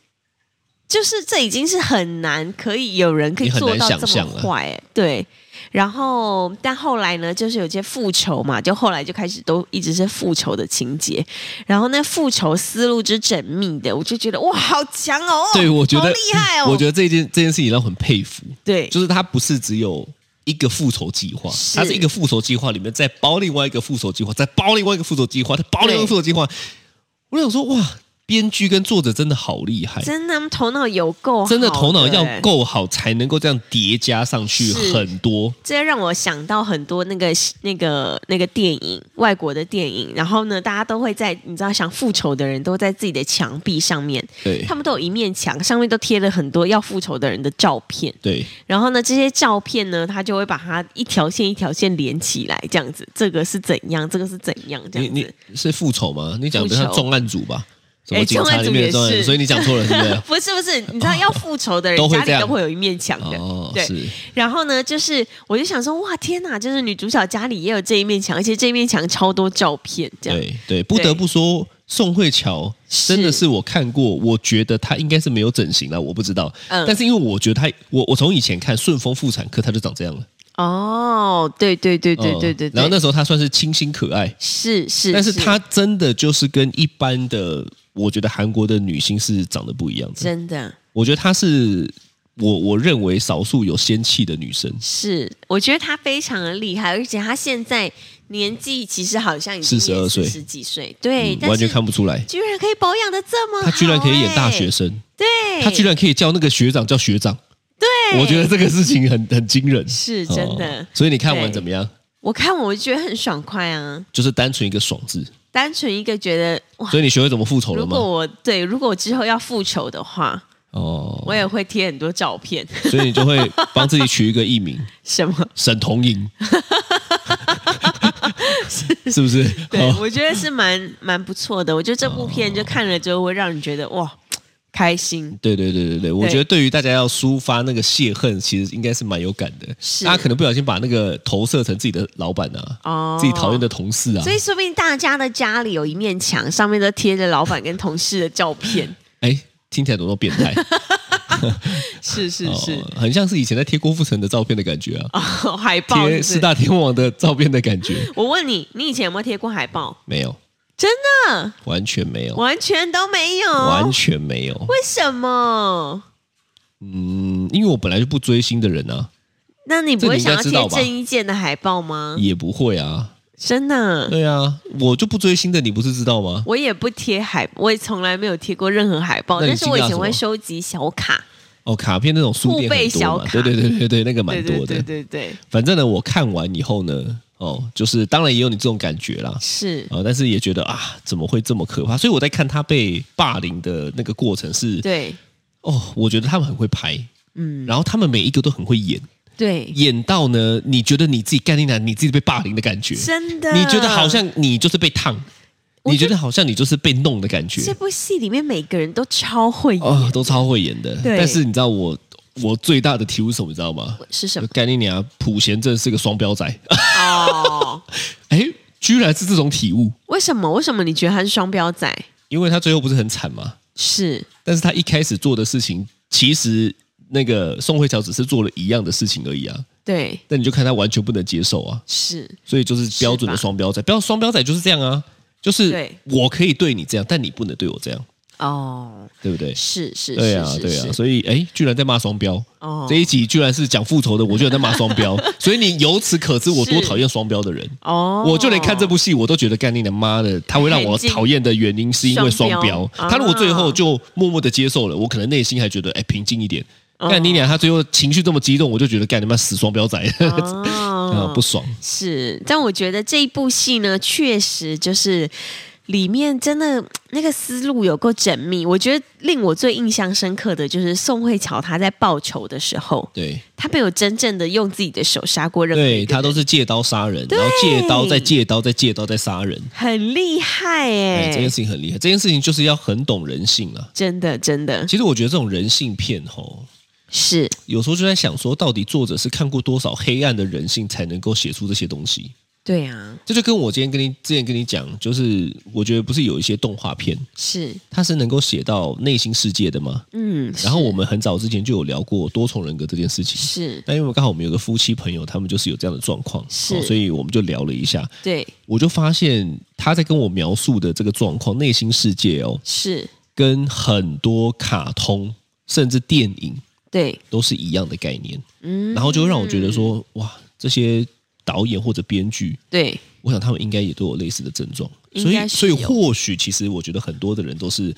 Speaker 2: 就是这已经是很难可以有人可以
Speaker 3: 你很
Speaker 2: 做
Speaker 3: 难
Speaker 2: 到
Speaker 3: 想
Speaker 2: 这
Speaker 3: 象
Speaker 2: 么
Speaker 3: 了
Speaker 2: 坏、哎对。然后，但后来呢，就是有些复仇嘛，就后来就开始都一直是复仇的情节。然后那复仇思路之缜密的，我就觉得哇，好强哦！
Speaker 3: 对，我觉
Speaker 2: 好
Speaker 3: 得
Speaker 2: 厉害哦！
Speaker 3: 我觉得这件这件事情让我很佩服，
Speaker 2: 对，
Speaker 3: 就是他不是只有。一个复仇计划，
Speaker 2: 是
Speaker 3: 它是一个复仇计划里面再包另外一个复仇计划，再包另外一个复仇计划，再包另外一个
Speaker 2: 对
Speaker 3: 复仇计划。我想说，哇，编剧跟作者真的好厉害，
Speaker 2: 真的他们头脑有够好，
Speaker 3: 真的头脑要
Speaker 2: 哎
Speaker 3: 够好，才能够这样叠加上去
Speaker 2: 是
Speaker 3: 很多。
Speaker 2: 这让我想到很多那个那个那个电影，外国的电影。然后呢，大家都会在你知道想复仇的人都在自己的墙壁上面，
Speaker 3: 对
Speaker 2: 他们都有一面墙，上面都贴了很多要复仇的人的照片。
Speaker 3: 对，
Speaker 2: 然后呢，这些照片呢，他就会把它一条线一条线连起来，这样子，这个是怎样，这个是怎样，这
Speaker 3: 你
Speaker 2: 样子。
Speaker 3: 你是复仇吗？你讲
Speaker 2: 复
Speaker 3: 的
Speaker 2: 仇
Speaker 3: 像重案组吧？怎么
Speaker 2: 哎
Speaker 3: 警
Speaker 2: 重
Speaker 3: 察
Speaker 2: 案
Speaker 3: 里
Speaker 2: 组
Speaker 3: 面的
Speaker 2: 也
Speaker 3: 重案组？
Speaker 2: 是？
Speaker 3: 所以你讲错了，是不是
Speaker 2: 不是不是，你知道要复仇的人、
Speaker 3: 哦都会
Speaker 2: 家
Speaker 3: 这
Speaker 2: 里
Speaker 3: 样
Speaker 2: 都会有一面墙的，
Speaker 3: 哦，
Speaker 2: 对。
Speaker 3: 是
Speaker 2: 然后呢，就是我就想说，哇，天哪！就是女主角家里也有这一面墙，而且这一面墙超多照片，这样
Speaker 3: 对对，不得不说，宋慧乔真的是我看过，我觉得她应该是没有整形了，我不知道。
Speaker 2: 嗯
Speaker 3: 但是因为我觉得她，我我从以前看《顺风妇产科》，她就长这样了。
Speaker 2: 哦，对对对对对对
Speaker 3: 嗯
Speaker 2: 对，
Speaker 3: 然后那时候她算是清新可爱，
Speaker 2: 是是，
Speaker 3: 但是她真的就是跟一般的，我觉得韩国的女星是长得不一样的。
Speaker 2: 真的
Speaker 3: 我觉得她是我我认为少数有仙气的女生。
Speaker 2: 是，我觉得她非常的厉害，而且她现在年纪其实好像已经
Speaker 3: 42岁
Speaker 2: 十几岁，对，
Speaker 3: 嗯
Speaker 2: 哎但
Speaker 3: 完
Speaker 2: 是
Speaker 3: 全看不出来，
Speaker 2: 居然可以保养的这么好、
Speaker 3: 她居然可以演大学
Speaker 2: 哎，
Speaker 3: 生，
Speaker 2: 对，
Speaker 3: 她居然可以叫那个学长叫学长，
Speaker 2: 对，
Speaker 3: 我觉得这个事情很很惊人，
Speaker 2: 是真的
Speaker 3: 哦所以你看完
Speaker 2: 对
Speaker 3: 怎么样？
Speaker 2: 我看我就觉得很爽快啊，
Speaker 3: 就是单纯一个爽字，
Speaker 2: 单纯一个觉得哇，
Speaker 3: 所以你学会怎么复仇了
Speaker 2: 如果
Speaker 3: 吗？
Speaker 2: 我对如果我之后要复仇的话，
Speaker 3: 哦，
Speaker 2: 我也会贴很多照片，
Speaker 3: 所以你就会帮自己取一个艺名，
Speaker 2: 什么？
Speaker 3: 沈同莹，是不是？
Speaker 2: 对，
Speaker 3: 哦，
Speaker 2: 我觉得是蛮蛮不错的。我觉得这部片就看了之后会让你觉得哇，开心。
Speaker 3: 对对对对对，我
Speaker 2: 对
Speaker 3: 觉得对于大家要抒发那个泄恨，其实应该是蛮有感的。
Speaker 2: 是
Speaker 3: 大家可能不小心把那个投射成自己的老板啊，
Speaker 2: 哦
Speaker 3: 自己讨厌的同事啊
Speaker 2: 所。以说不定大家的家里有一面墙，上面都贴着老板跟同事的照 片。
Speaker 3: 哎，听起来怎么那么变态？
Speaker 2: 是是 是，
Speaker 3: 哦很像是以前在贴郭富城的照片的感觉啊，
Speaker 2: 哦， 海报
Speaker 3: 贴
Speaker 2: 是
Speaker 3: 四
Speaker 2: 不是。
Speaker 3: 大天王的照片的感觉，
Speaker 2: 我问你，你以前有没有贴过海报？
Speaker 3: 没有，
Speaker 2: 真的
Speaker 3: 完全没有，
Speaker 2: 完全都没有，
Speaker 3: 完全没有。
Speaker 2: 为什么？
Speaker 3: 嗯，因为我本来就不追星的人啊，
Speaker 2: 那你不
Speaker 3: 这
Speaker 2: 会
Speaker 3: 你应
Speaker 2: 想
Speaker 3: 该
Speaker 2: 要
Speaker 3: 知道
Speaker 2: 贴
Speaker 3: 吧
Speaker 2: 郑伊健的海报吗？
Speaker 3: 也不会啊。
Speaker 2: 真的，
Speaker 3: 对啊，我就不追星的，你不是知道吗？
Speaker 2: 我也不贴海，我也从来没有贴过任何海报。
Speaker 3: 那你
Speaker 2: 但是我以
Speaker 3: 惊讶什
Speaker 2: 前
Speaker 3: 么
Speaker 2: 会收集小卡，
Speaker 3: 哦，卡片那种书店
Speaker 2: 父辈
Speaker 3: 很多
Speaker 2: 小
Speaker 3: 嘛，
Speaker 2: 卡
Speaker 3: 对对对对对，那个蛮
Speaker 2: 对
Speaker 3: 多的。
Speaker 2: 对对对对，
Speaker 3: 反正呢，我看完以后呢，哦，就是当然也有你这种感觉啦，
Speaker 2: 是，
Speaker 3: 啊、但是也觉得啊，怎么会这么可怕？所以我在看他被霸凌的那个过程是，
Speaker 2: 对，
Speaker 3: 哦，我觉得他们很会拍，
Speaker 2: 嗯，
Speaker 3: 然后他们每一个都很会演，
Speaker 2: 对，
Speaker 3: 演到呢，你觉得你自己干你娘，你自己被霸凌的感觉，
Speaker 2: 真的，
Speaker 3: 你觉得好像你就是被烫，
Speaker 2: 我
Speaker 3: 你
Speaker 2: 觉
Speaker 3: 觉得好像你就是被弄的感觉，
Speaker 2: 这部戏里面每个人都超会演，
Speaker 3: 哦，都超会演的。
Speaker 2: 对
Speaker 3: 但是你知道我我最大的体悟是什么？你知道吗？
Speaker 2: 是什么？
Speaker 3: 干你娘！普贤正是个双标仔，
Speaker 2: 哦，
Speaker 3: 哎，居然是这种体悟，
Speaker 2: 为什么？为什么你觉得他是双标仔？
Speaker 3: 因为他最后不是很惨吗？
Speaker 2: 是
Speaker 3: 但是他一开始做的事情，其实那个宋慧乔只是做了一样的事情而已啊。
Speaker 2: 对，
Speaker 3: 但你就看他完全不能接受啊，
Speaker 2: 是
Speaker 3: 所以就是标准的
Speaker 2: 是吧
Speaker 3: 双标仔。标双标仔就是这样啊，就是
Speaker 2: 对
Speaker 3: 我可以对你这样，但你不能对我这样，
Speaker 2: 哦，
Speaker 3: 对不对？
Speaker 2: 是是，
Speaker 3: 对啊，
Speaker 2: 是
Speaker 3: 对啊，
Speaker 2: 是是，
Speaker 3: 所以哎，居然在骂双标。
Speaker 2: 哦
Speaker 3: 这一集居然是讲复仇的，我居然在骂 双标，所以你由此可知我多
Speaker 2: 是
Speaker 3: 讨厌双标的人。
Speaker 2: 哦，
Speaker 3: 我就连看这部戏，我都觉得干你的妈的，他会让我
Speaker 2: 很近
Speaker 3: 讨厌的原因是因为双
Speaker 2: 双
Speaker 3: 标
Speaker 2: 标。啊
Speaker 3: 他如果最后就默默的接受了，我可能内心还觉得哎平静一点。
Speaker 2: 嗯
Speaker 3: 干你俩，他最后情绪这么激动，我就觉得干你妈死双标仔， 啊
Speaker 2: 哦
Speaker 3: 不爽。
Speaker 2: 是，但我觉得这一部戏呢，确实就是里面真的那个思路有够缜密。我觉得令我最印象深刻的就是宋慧乔她在报仇的时候，
Speaker 3: 对
Speaker 2: 她没有真正的用自己的手杀过任何
Speaker 3: 对，
Speaker 2: 人，
Speaker 3: 他都是借刀杀人，然后借刀再借刀再借刀再杀人。
Speaker 2: 很厉害
Speaker 3: 哎，
Speaker 2: 哎、
Speaker 3: 这件事情很厉害，这件事情就是要很懂人性啊。
Speaker 2: 真的真的
Speaker 3: 其实我觉得这种人性片吼，
Speaker 2: 是
Speaker 3: 有时候就在想说，到底作者是看过多少黑暗的人性，才能够写出这些东西？
Speaker 2: 对啊，
Speaker 3: 这就跟我今天跟你之前跟你讲，就是我觉得不是有一些动画片，
Speaker 2: 是
Speaker 3: 它是能够写到内心世界的吗？
Speaker 2: 嗯，
Speaker 3: 然后我们很早之前就有聊过多重人格这件事情。
Speaker 2: 是
Speaker 3: 那因为刚好我们有个夫妻朋友，他们就是有这样的状况，哦
Speaker 2: 是
Speaker 3: 所以我们就聊了一下。
Speaker 2: 对
Speaker 3: 我就发现他在跟我描述的这个状况，内心世界哦，
Speaker 2: 是
Speaker 3: 跟很多卡通甚至电影
Speaker 2: 对
Speaker 3: 都是一样的概念，然后就会让我觉得
Speaker 2: 嗯
Speaker 3: 说，哇，这些导演或者编剧，
Speaker 2: 对
Speaker 3: 我想他们应该也都有类似的症状，所
Speaker 2: 应该
Speaker 3: 以
Speaker 2: 是
Speaker 3: 所以
Speaker 2: 有
Speaker 3: 或许其实我觉得很多的人都是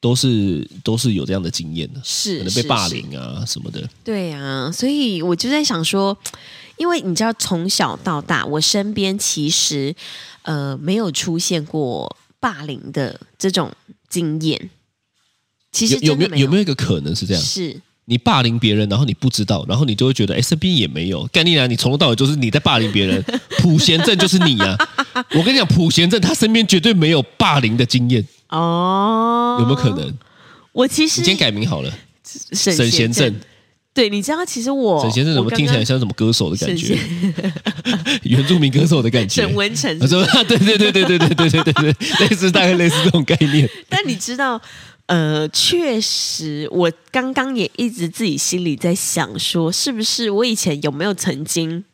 Speaker 3: 都是都是有这样的经验的，
Speaker 2: 是
Speaker 3: 可能被
Speaker 2: 是
Speaker 3: 霸
Speaker 2: 是
Speaker 3: 凌啊什么的，
Speaker 2: 对啊，所以我就在想说，因为你知道，从小到大，我身边其实呃没有出现过霸凌的这种经验。其实
Speaker 3: 有有
Speaker 2: 真
Speaker 3: 没
Speaker 2: 的
Speaker 3: 有
Speaker 2: 有
Speaker 3: 有没有一个可能是这样？
Speaker 2: 是
Speaker 3: 你霸凌别人，然后你不知道，然后你就会觉得，哎，身边也没有。干你娘！你从头到尾就是你在霸凌别人， 啊普贤正就是你呀、我跟你讲，普贤正他身边绝对没有霸凌的经验，
Speaker 2: 哦，
Speaker 3: 有没有可能？你
Speaker 2: 我其实
Speaker 3: 今天改名好了，
Speaker 2: 沈
Speaker 3: 沈贤正
Speaker 2: 正，。对，你知道，其实哦我
Speaker 3: 沈先生怎么听起来像什么歌手的感觉
Speaker 2: 沈？
Speaker 3: 原住民歌手的 感觉。
Speaker 2: 沈文成
Speaker 3: 啊，什么？ 对对对对对对对对对 对，类似大概类似这种概念。
Speaker 2: 但你知道，呃，确实，我刚刚也一直自己心里在想说，是不是我以前有没有曾经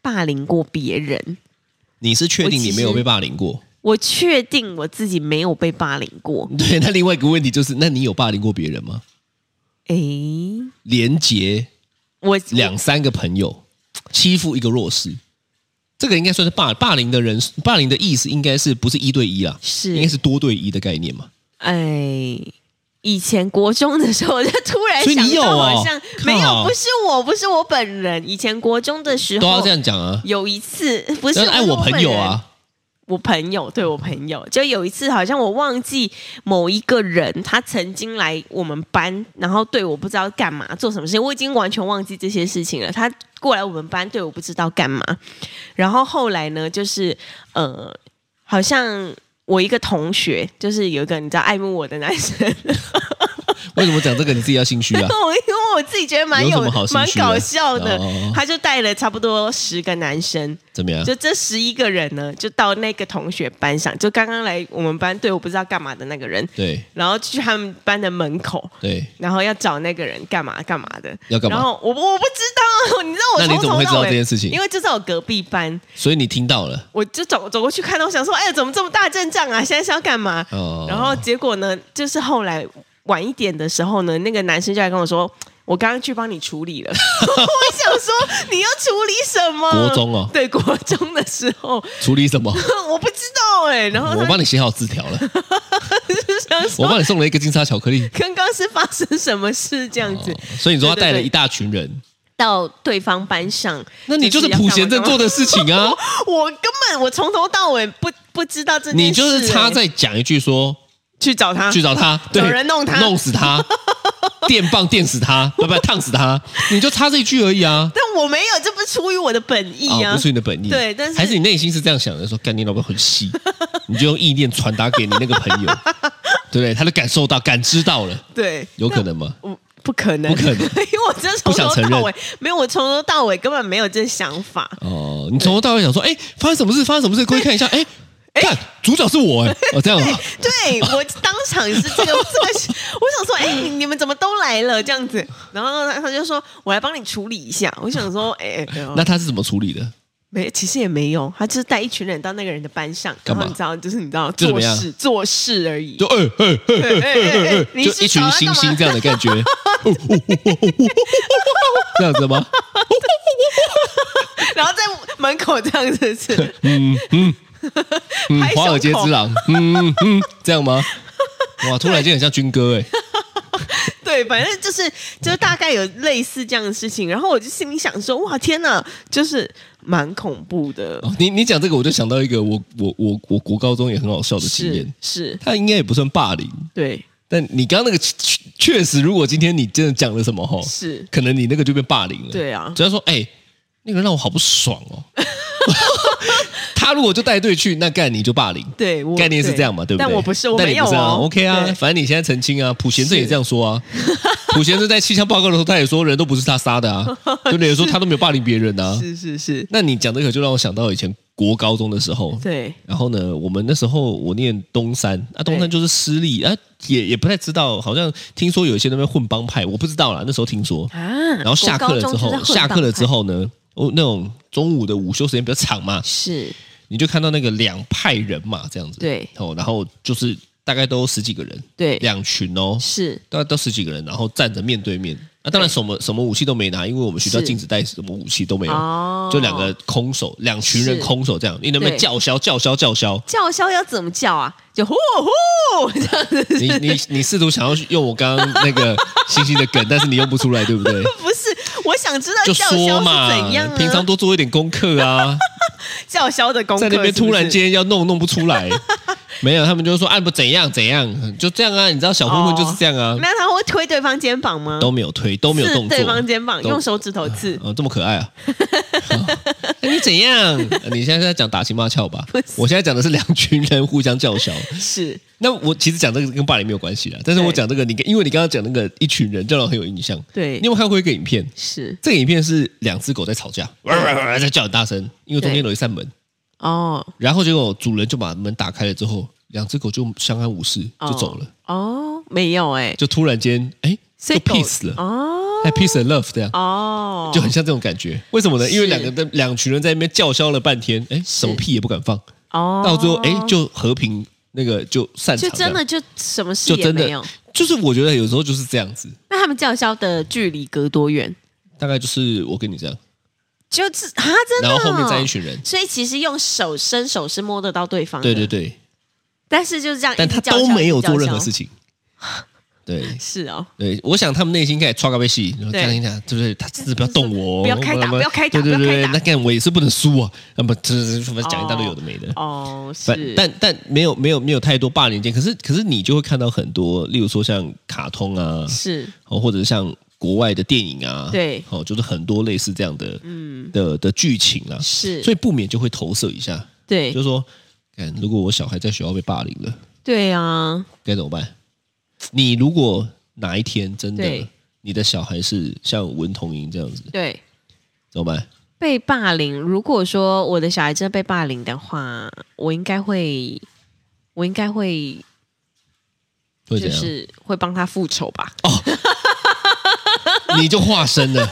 Speaker 2: 霸凌过别人？
Speaker 3: 你是确定
Speaker 2: 我其
Speaker 3: 你
Speaker 2: 实
Speaker 3: 没有被霸凌过？
Speaker 2: 我确定我自己没有被霸凌过。
Speaker 3: 对，那另外一个问题就是，那你有霸凌过别人吗？
Speaker 2: 诶，
Speaker 3: 连结
Speaker 2: 我
Speaker 3: 两三个朋友欺负一个弱势，这个应该算是霸霸凌的人，霸凌的意思应该是不是一对一啊？
Speaker 2: 是
Speaker 3: 应该是多对一的概念嘛？
Speaker 2: 哎，以前国中的时候，我就突然
Speaker 3: 所以
Speaker 2: 想
Speaker 3: 你有
Speaker 2: 到，
Speaker 3: 哦
Speaker 2: 好像没
Speaker 3: 靠
Speaker 2: 有，不是我，不是我本人。以前国中的时候
Speaker 3: 都要这样讲啊。
Speaker 2: 有一次，不是
Speaker 3: 但是哎，
Speaker 2: 不是
Speaker 3: 我
Speaker 2: 本
Speaker 3: 朋
Speaker 2: 人
Speaker 3: 友，啊，
Speaker 2: 我朋友对我朋友，就有一次好像我忘记某一个人，他曾经来我们班，然后对我不知道干嘛做什么事情，我已经完全忘记这些事情了。他过来我们班对我不知道干嘛，然后后来呢，就是呃，好像我一个同学，就是有一个你知道爱慕我的男生，
Speaker 3: 为什么讲这个你自己要心虚啊？
Speaker 2: 我因为我自己觉得蛮
Speaker 3: 有
Speaker 2: 有
Speaker 3: 什么好心
Speaker 2: 蛮
Speaker 3: 虚的
Speaker 2: 搞笑的，
Speaker 3: 哦
Speaker 2: 他就带了差不多十个男生。
Speaker 3: 怎 么样？
Speaker 2: 就这十一个人呢，就到那个同学班上，就刚刚来我们班对我不知道干嘛的那个人，
Speaker 3: 对
Speaker 2: 然后去他们班的门口，
Speaker 3: 对，
Speaker 2: 然后要找那个人干嘛干嘛的，
Speaker 3: 要干嘛
Speaker 2: 然后我我不知道，你知 道我
Speaker 3: 那你
Speaker 2: 从
Speaker 3: 怎么会
Speaker 2: 头
Speaker 3: 知
Speaker 2: 到
Speaker 3: 道
Speaker 2: 尾
Speaker 3: 这件事情
Speaker 2: 因为就在我隔壁班，
Speaker 3: 所以你听到了
Speaker 2: 我就走走过去看到，我想说，哎，怎么这么大阵仗啊？现在是要干嘛？
Speaker 3: 哦。
Speaker 2: 然后结果呢，就是后来晚一点的时候呢，那个男生就来跟我说。我刚刚去帮你处理了， 我想说你要处理什么？
Speaker 3: 国中哦
Speaker 2: 对，国中的时候，
Speaker 3: 处理什 么？
Speaker 2: 我不知道哎、然后
Speaker 3: 我
Speaker 2: 他
Speaker 3: 帮你写好字条 了，
Speaker 2: 就想
Speaker 3: 我
Speaker 2: 说，
Speaker 3: 帮你送了一个金沙巧克力。
Speaker 2: 刚刚是发生什么事这样子，
Speaker 3: 哦所以你说他带了
Speaker 2: 对对对
Speaker 3: 一大群人，
Speaker 2: 到对方班上，
Speaker 3: 那你就是普贤正做
Speaker 2: 的。
Speaker 3: 的事情啊！
Speaker 2: 我根本我从头到尾不不知道 这件事、
Speaker 3: 你就是
Speaker 2: 欸
Speaker 3: 差在讲一句说
Speaker 2: 去找他，
Speaker 3: 去找他， 对，
Speaker 2: 找人弄他
Speaker 3: 弄死他， 电棒电死他，不不，烫 死他，你就差这一句而已啊！
Speaker 2: 但我没有，这不出于我的本意啊，
Speaker 3: 哦，不是你的本意，
Speaker 2: 对但是
Speaker 3: 还是你内心是这样想的，说干你老婆 很细，你就用意念传达给你那个朋友，对不对？他就感受到、感知到了，
Speaker 2: 对，
Speaker 3: 有可能吗？
Speaker 2: 我不可能，
Speaker 3: 不可能
Speaker 2: 因为我真的从
Speaker 3: 不
Speaker 2: 头
Speaker 3: 想承
Speaker 2: 到
Speaker 3: 认
Speaker 2: 尾没有，我从头到尾根本没有这想法。
Speaker 3: 哦，你从头到尾想说，哎，发生什么事？发生什么事？过去看一下，哎，看主角是我，哎， 哦，这样啊，
Speaker 2: 对 我当场是这个这个， 我想说，哎、你你们怎么都来了这样子？然后他就说，我来帮你处理一下。我想说，哎、哎
Speaker 3: 那他是怎么处理的？
Speaker 2: 没，其实也没有，他就是带一群人到那个人的班上，然
Speaker 3: 干嘛
Speaker 2: 后你知道，就是你知道
Speaker 3: 就怎
Speaker 2: 做
Speaker 3: 么样
Speaker 2: 事做事而已。
Speaker 3: 就哎哎哎
Speaker 2: 哎哎哎 哎你
Speaker 3: 就是一群
Speaker 2: 找他
Speaker 3: 星
Speaker 2: 干嘛
Speaker 3: 星这样的感觉，哦这样子吗？
Speaker 2: 然后在门口这样子是，
Speaker 3: 嗯，
Speaker 2: 拍胸口
Speaker 3: 华尔街之狼，嗯嗯，这样吗？哇，突然间很像军歌哎，
Speaker 2: 对，反正就是就是大概有类似这样的事情。然后我就心里想说，哇，天哪，就是蛮恐怖的，
Speaker 3: 哦你你讲这个，我就想到一个我我我我国高中也很好笑的经
Speaker 2: 是
Speaker 3: 验，
Speaker 2: 是，
Speaker 3: 他应该也不算霸凌，
Speaker 2: 对，
Speaker 3: 但你刚刚那个确确实，如果今天你真的讲了什么吼，
Speaker 2: 是
Speaker 3: 可能你那个就被霸凌了。
Speaker 2: 对啊
Speaker 3: 只要说哎、那个人让我好不爽哦。 他如果就带队去，那干你就霸凌。
Speaker 2: 对我
Speaker 3: 概念是这样嘛，对不对？
Speaker 2: 但我不是，我
Speaker 3: 但
Speaker 2: 没
Speaker 3: 你
Speaker 2: 有
Speaker 3: 不是啊
Speaker 2: 哦。
Speaker 3: OK 啊，
Speaker 2: 对
Speaker 3: 反正你现在澄清啊，普贤正也
Speaker 2: 是
Speaker 3: 这样说 啊。普贤正在气象报告的时候，他也说人都不是他 杀的啊，对不对？有时候他都没有霸凌别人啊。
Speaker 2: 是是是，
Speaker 3: 那你讲这个就让我想到以前国高中的时候，
Speaker 2: 对，
Speaker 3: 然后呢，我们那时候我念东山啊，东山就是私立啊，也也不太知道，好像听说有一些那边混帮派，我不知道啦，那时候听说。
Speaker 2: 啊，
Speaker 3: 然后下课了之
Speaker 2: 国高
Speaker 3: 后，
Speaker 2: 中就是混
Speaker 3: 下课了之
Speaker 2: 帮
Speaker 3: 后呢，哦，那种中午的午休时间比较长嘛
Speaker 2: 派，是
Speaker 3: 你就看到那个两派人嘛，这样子。
Speaker 2: 对
Speaker 3: 哦，然后就是大概都十几个人，
Speaker 2: 对
Speaker 3: 两群哦，
Speaker 2: 是
Speaker 3: 大概都十几个人，然后站着面对面。那、当然什么什么武器都没拿，因为我们学校
Speaker 2: 是
Speaker 3: 禁止带什么武器都没有，
Speaker 2: 哦
Speaker 3: 就两个空手，两群人
Speaker 2: 是
Speaker 3: 空手这样，你能不能
Speaker 2: 对
Speaker 3: 叫嚣叫嚣叫嚣？
Speaker 2: 叫嚣要怎么叫啊？就呼呼这样子，
Speaker 3: 你你你试图想要用我刚刚那个星星的梗，但是你用不出来，对不 对？
Speaker 2: 不是，我想知道
Speaker 3: 就
Speaker 2: 叫嚣是
Speaker 3: 说嘛，
Speaker 2: 怎样啊？
Speaker 3: 平常多做一点功课啊，
Speaker 2: 叫嚣的功课
Speaker 3: 在那边
Speaker 2: 是不
Speaker 3: 突然
Speaker 2: 是
Speaker 3: 间要弄弄不出来，没有，他们就说啊不怎样怎样，就这样啊，你知道小混混就是这样啊，
Speaker 2: 那他会推对方肩膀吗？
Speaker 3: 都没有推，都没有
Speaker 2: 刺
Speaker 3: 动作，
Speaker 2: 哦对方肩膀，
Speaker 3: 都
Speaker 2: 用手指头刺。
Speaker 3: 哦，这么可 爱啊！哦哎你怎样？你现在是在讲打情骂俏 吧？我现在讲的是两群人互相叫嚣。
Speaker 2: 是，
Speaker 3: 那我其实讲这个跟霸凌没有关系啦，但是
Speaker 2: 对
Speaker 3: 我讲这个，你因为你刚刚讲那个一群人，这让我很有印象。
Speaker 2: 对
Speaker 3: 你有没有看过一个影片？
Speaker 2: 是
Speaker 3: 这个影片是两只狗在吵架，哇哇哇 在叫很大声，因为中间
Speaker 2: 对
Speaker 3: 有一扇门，
Speaker 2: 哦
Speaker 3: 然后结果主人就把门打开了之后，两只狗就相安无事
Speaker 2: 哦
Speaker 3: 就走了，
Speaker 2: 哦，没有哎，
Speaker 3: 就突然间哎
Speaker 2: 所
Speaker 3: 就
Speaker 2: 以狗
Speaker 3: peace 了，
Speaker 2: 哦
Speaker 3: 哎 peace and love 这样。
Speaker 2: 哦，
Speaker 3: 就很像这种感觉。为什么呢？
Speaker 2: 是
Speaker 3: 因为两个两群人在那边叫嚣了半天，哎，什么屁也不敢放，
Speaker 2: 哦，
Speaker 3: 到最后哎就和平那个就散
Speaker 2: 就
Speaker 3: 场，
Speaker 2: 真的就什么事
Speaker 3: 就
Speaker 2: 也
Speaker 3: 真的
Speaker 2: 没有。
Speaker 3: 就是我觉得有时候就是这样子，
Speaker 2: 那他们叫嚣的距离隔多远？
Speaker 3: 大概就是我跟你这样，
Speaker 2: 就是啊，真的啊
Speaker 3: 然
Speaker 2: 哦、
Speaker 3: 后后面站一群人，
Speaker 2: 所以其实用手伸手是摸得到对方的，
Speaker 3: 对对对，
Speaker 2: 但是就是这样，
Speaker 3: 但他都没有做任何事
Speaker 2: 情。
Speaker 3: 情，对。
Speaker 2: 是哦，
Speaker 3: 对，我想他们内心开始抓个被戏，然后
Speaker 2: 对
Speaker 3: 讲一讲，对不对？他真的不要动我哦，
Speaker 2: 不要开打
Speaker 3: 我他妈
Speaker 2: 不要开打
Speaker 3: 对对
Speaker 2: 不要
Speaker 3: 对
Speaker 2: 开，打
Speaker 3: 那干我也是不能输啊！那么这这这讲一大堆
Speaker 2: 哦
Speaker 3: 有的没的，
Speaker 2: 哦是
Speaker 3: 但，但但没有没有没有太多霸凌件，可是可是你就会看到很多，例如说像卡通啊，
Speaker 2: 是
Speaker 3: 哦，或者像国外的电影啊，
Speaker 2: 对
Speaker 3: 哦，就是很多类似这样的，嗯，的的剧情啊，
Speaker 2: 是，
Speaker 3: 所以不免就会投射一下，
Speaker 2: 对
Speaker 3: 就说，看如果我小孩在学校被霸凌了，
Speaker 2: 对啊，
Speaker 3: 该怎么办？你如果哪一天真的
Speaker 2: 对
Speaker 3: 你的小孩是像文童莹这样子，
Speaker 2: 对
Speaker 3: 怎么办？
Speaker 2: 被霸凌。如果说我的小孩真的被霸凌的话，我应该会，我应该会
Speaker 3: 会怎
Speaker 2: 就
Speaker 3: 样？
Speaker 2: 是会帮他复仇吧。
Speaker 3: 你就化身了，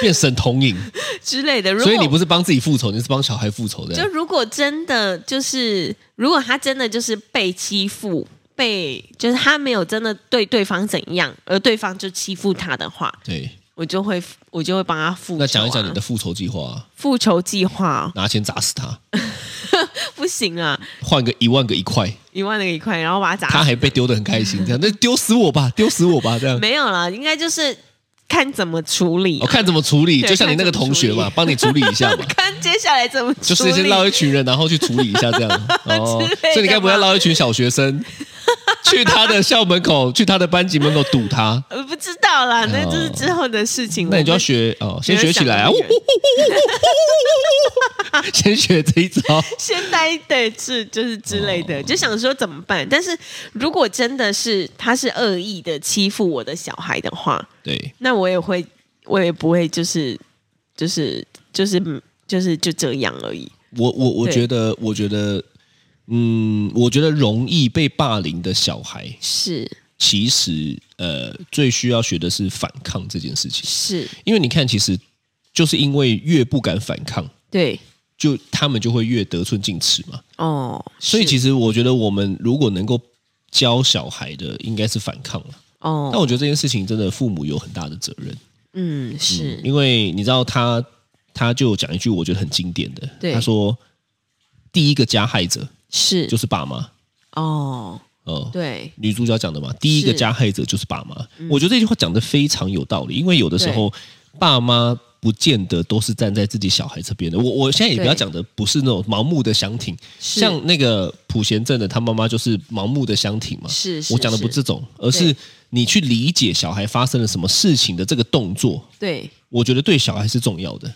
Speaker 3: 变沈童莹，
Speaker 2: 之类的。如果
Speaker 3: 所以你不是帮自己复仇，你是帮小孩复仇的
Speaker 2: 就。如果真的就是，如果他真的就是被欺负，被就是他没有真的对对方怎样，而对方就欺负他的话，
Speaker 3: 对，
Speaker 2: 我就会我就会帮他复仇啊、
Speaker 3: 那讲一讲你的复仇计划啊、
Speaker 2: 复仇计划哦，
Speaker 3: 拿钱砸死他，
Speaker 2: 不行啊，
Speaker 3: 换个一万个一块，
Speaker 2: 一万那个一块，然后把他
Speaker 3: 他
Speaker 2: 砸死。
Speaker 3: 还被丢得很开心，这样那丢死我吧，丢死我吧，这样。
Speaker 2: 没有啦，应该就是看怎么处理
Speaker 3: 我、
Speaker 2: 啊、
Speaker 3: 看怎么处理，
Speaker 2: 对，
Speaker 3: 就像你那个同学嘛，帮你处理一下嘛
Speaker 2: 看接下来怎么处理。
Speaker 3: 就是先捞一群人，然后去处理一下这样。哦
Speaker 2: 之类的，嘛
Speaker 3: 所以你该不会要捞一群小学生去他的校门口，去他的班级门口堵他？
Speaker 2: 呃不知道啦，那
Speaker 3: 哦
Speaker 2: 这是之后的事情。
Speaker 3: 那你就要
Speaker 2: 我们
Speaker 3: 学哦，先学起来啊
Speaker 2: 没 有想！
Speaker 3: 先学这 一招，
Speaker 2: 先待对是就是之类的，
Speaker 3: 哦
Speaker 2: 就想说怎么办。但是如果真的是他是恶意的欺负我的小孩的话，
Speaker 3: 对，
Speaker 2: 那我也会，我也不会就是就是就是就是就这样而已。
Speaker 3: 我我我
Speaker 2: 对
Speaker 3: 觉得，我觉得，嗯，我觉得容易被霸凌的小孩，
Speaker 2: 是
Speaker 3: 其实呃，最需要学的是反抗这件事情。
Speaker 2: 是，
Speaker 3: 因为你看，其实就是因为越不敢反抗，
Speaker 2: 对
Speaker 3: 就他们就会越得寸进尺嘛。
Speaker 2: 哦，
Speaker 3: 所以
Speaker 2: 是
Speaker 3: 其实我觉得，我们如果能够教小孩的，应该是反抗了。但
Speaker 2: 哦，
Speaker 3: 我觉得这件事情真的父母有很大的责任，
Speaker 2: 嗯是
Speaker 3: 因为你知道他他就有讲一句我觉得很经典的，
Speaker 2: 对
Speaker 3: 他说第一个加害者
Speaker 2: 是
Speaker 3: 就是爸妈，
Speaker 2: 哦，
Speaker 3: 哦、
Speaker 2: 对
Speaker 3: 女主角讲的嘛，第一个
Speaker 2: 是
Speaker 3: 加害者就是爸妈。我觉得这句话讲的非常有道理，因为有的时候爸妈不见得都是站在自己小孩这边的。我我现在也不要
Speaker 2: 对
Speaker 3: 讲的不是那种盲目的相挺，
Speaker 2: 是
Speaker 3: 像那个普贤正的他妈妈就是盲目的相挺嘛。
Speaker 2: 是是
Speaker 3: 我讲的不
Speaker 2: 是
Speaker 3: 是这种，而是
Speaker 2: 对
Speaker 3: 你去理解小孩发生了什么事情的这个动作，
Speaker 2: 对，
Speaker 3: 我觉得对小孩是重要的，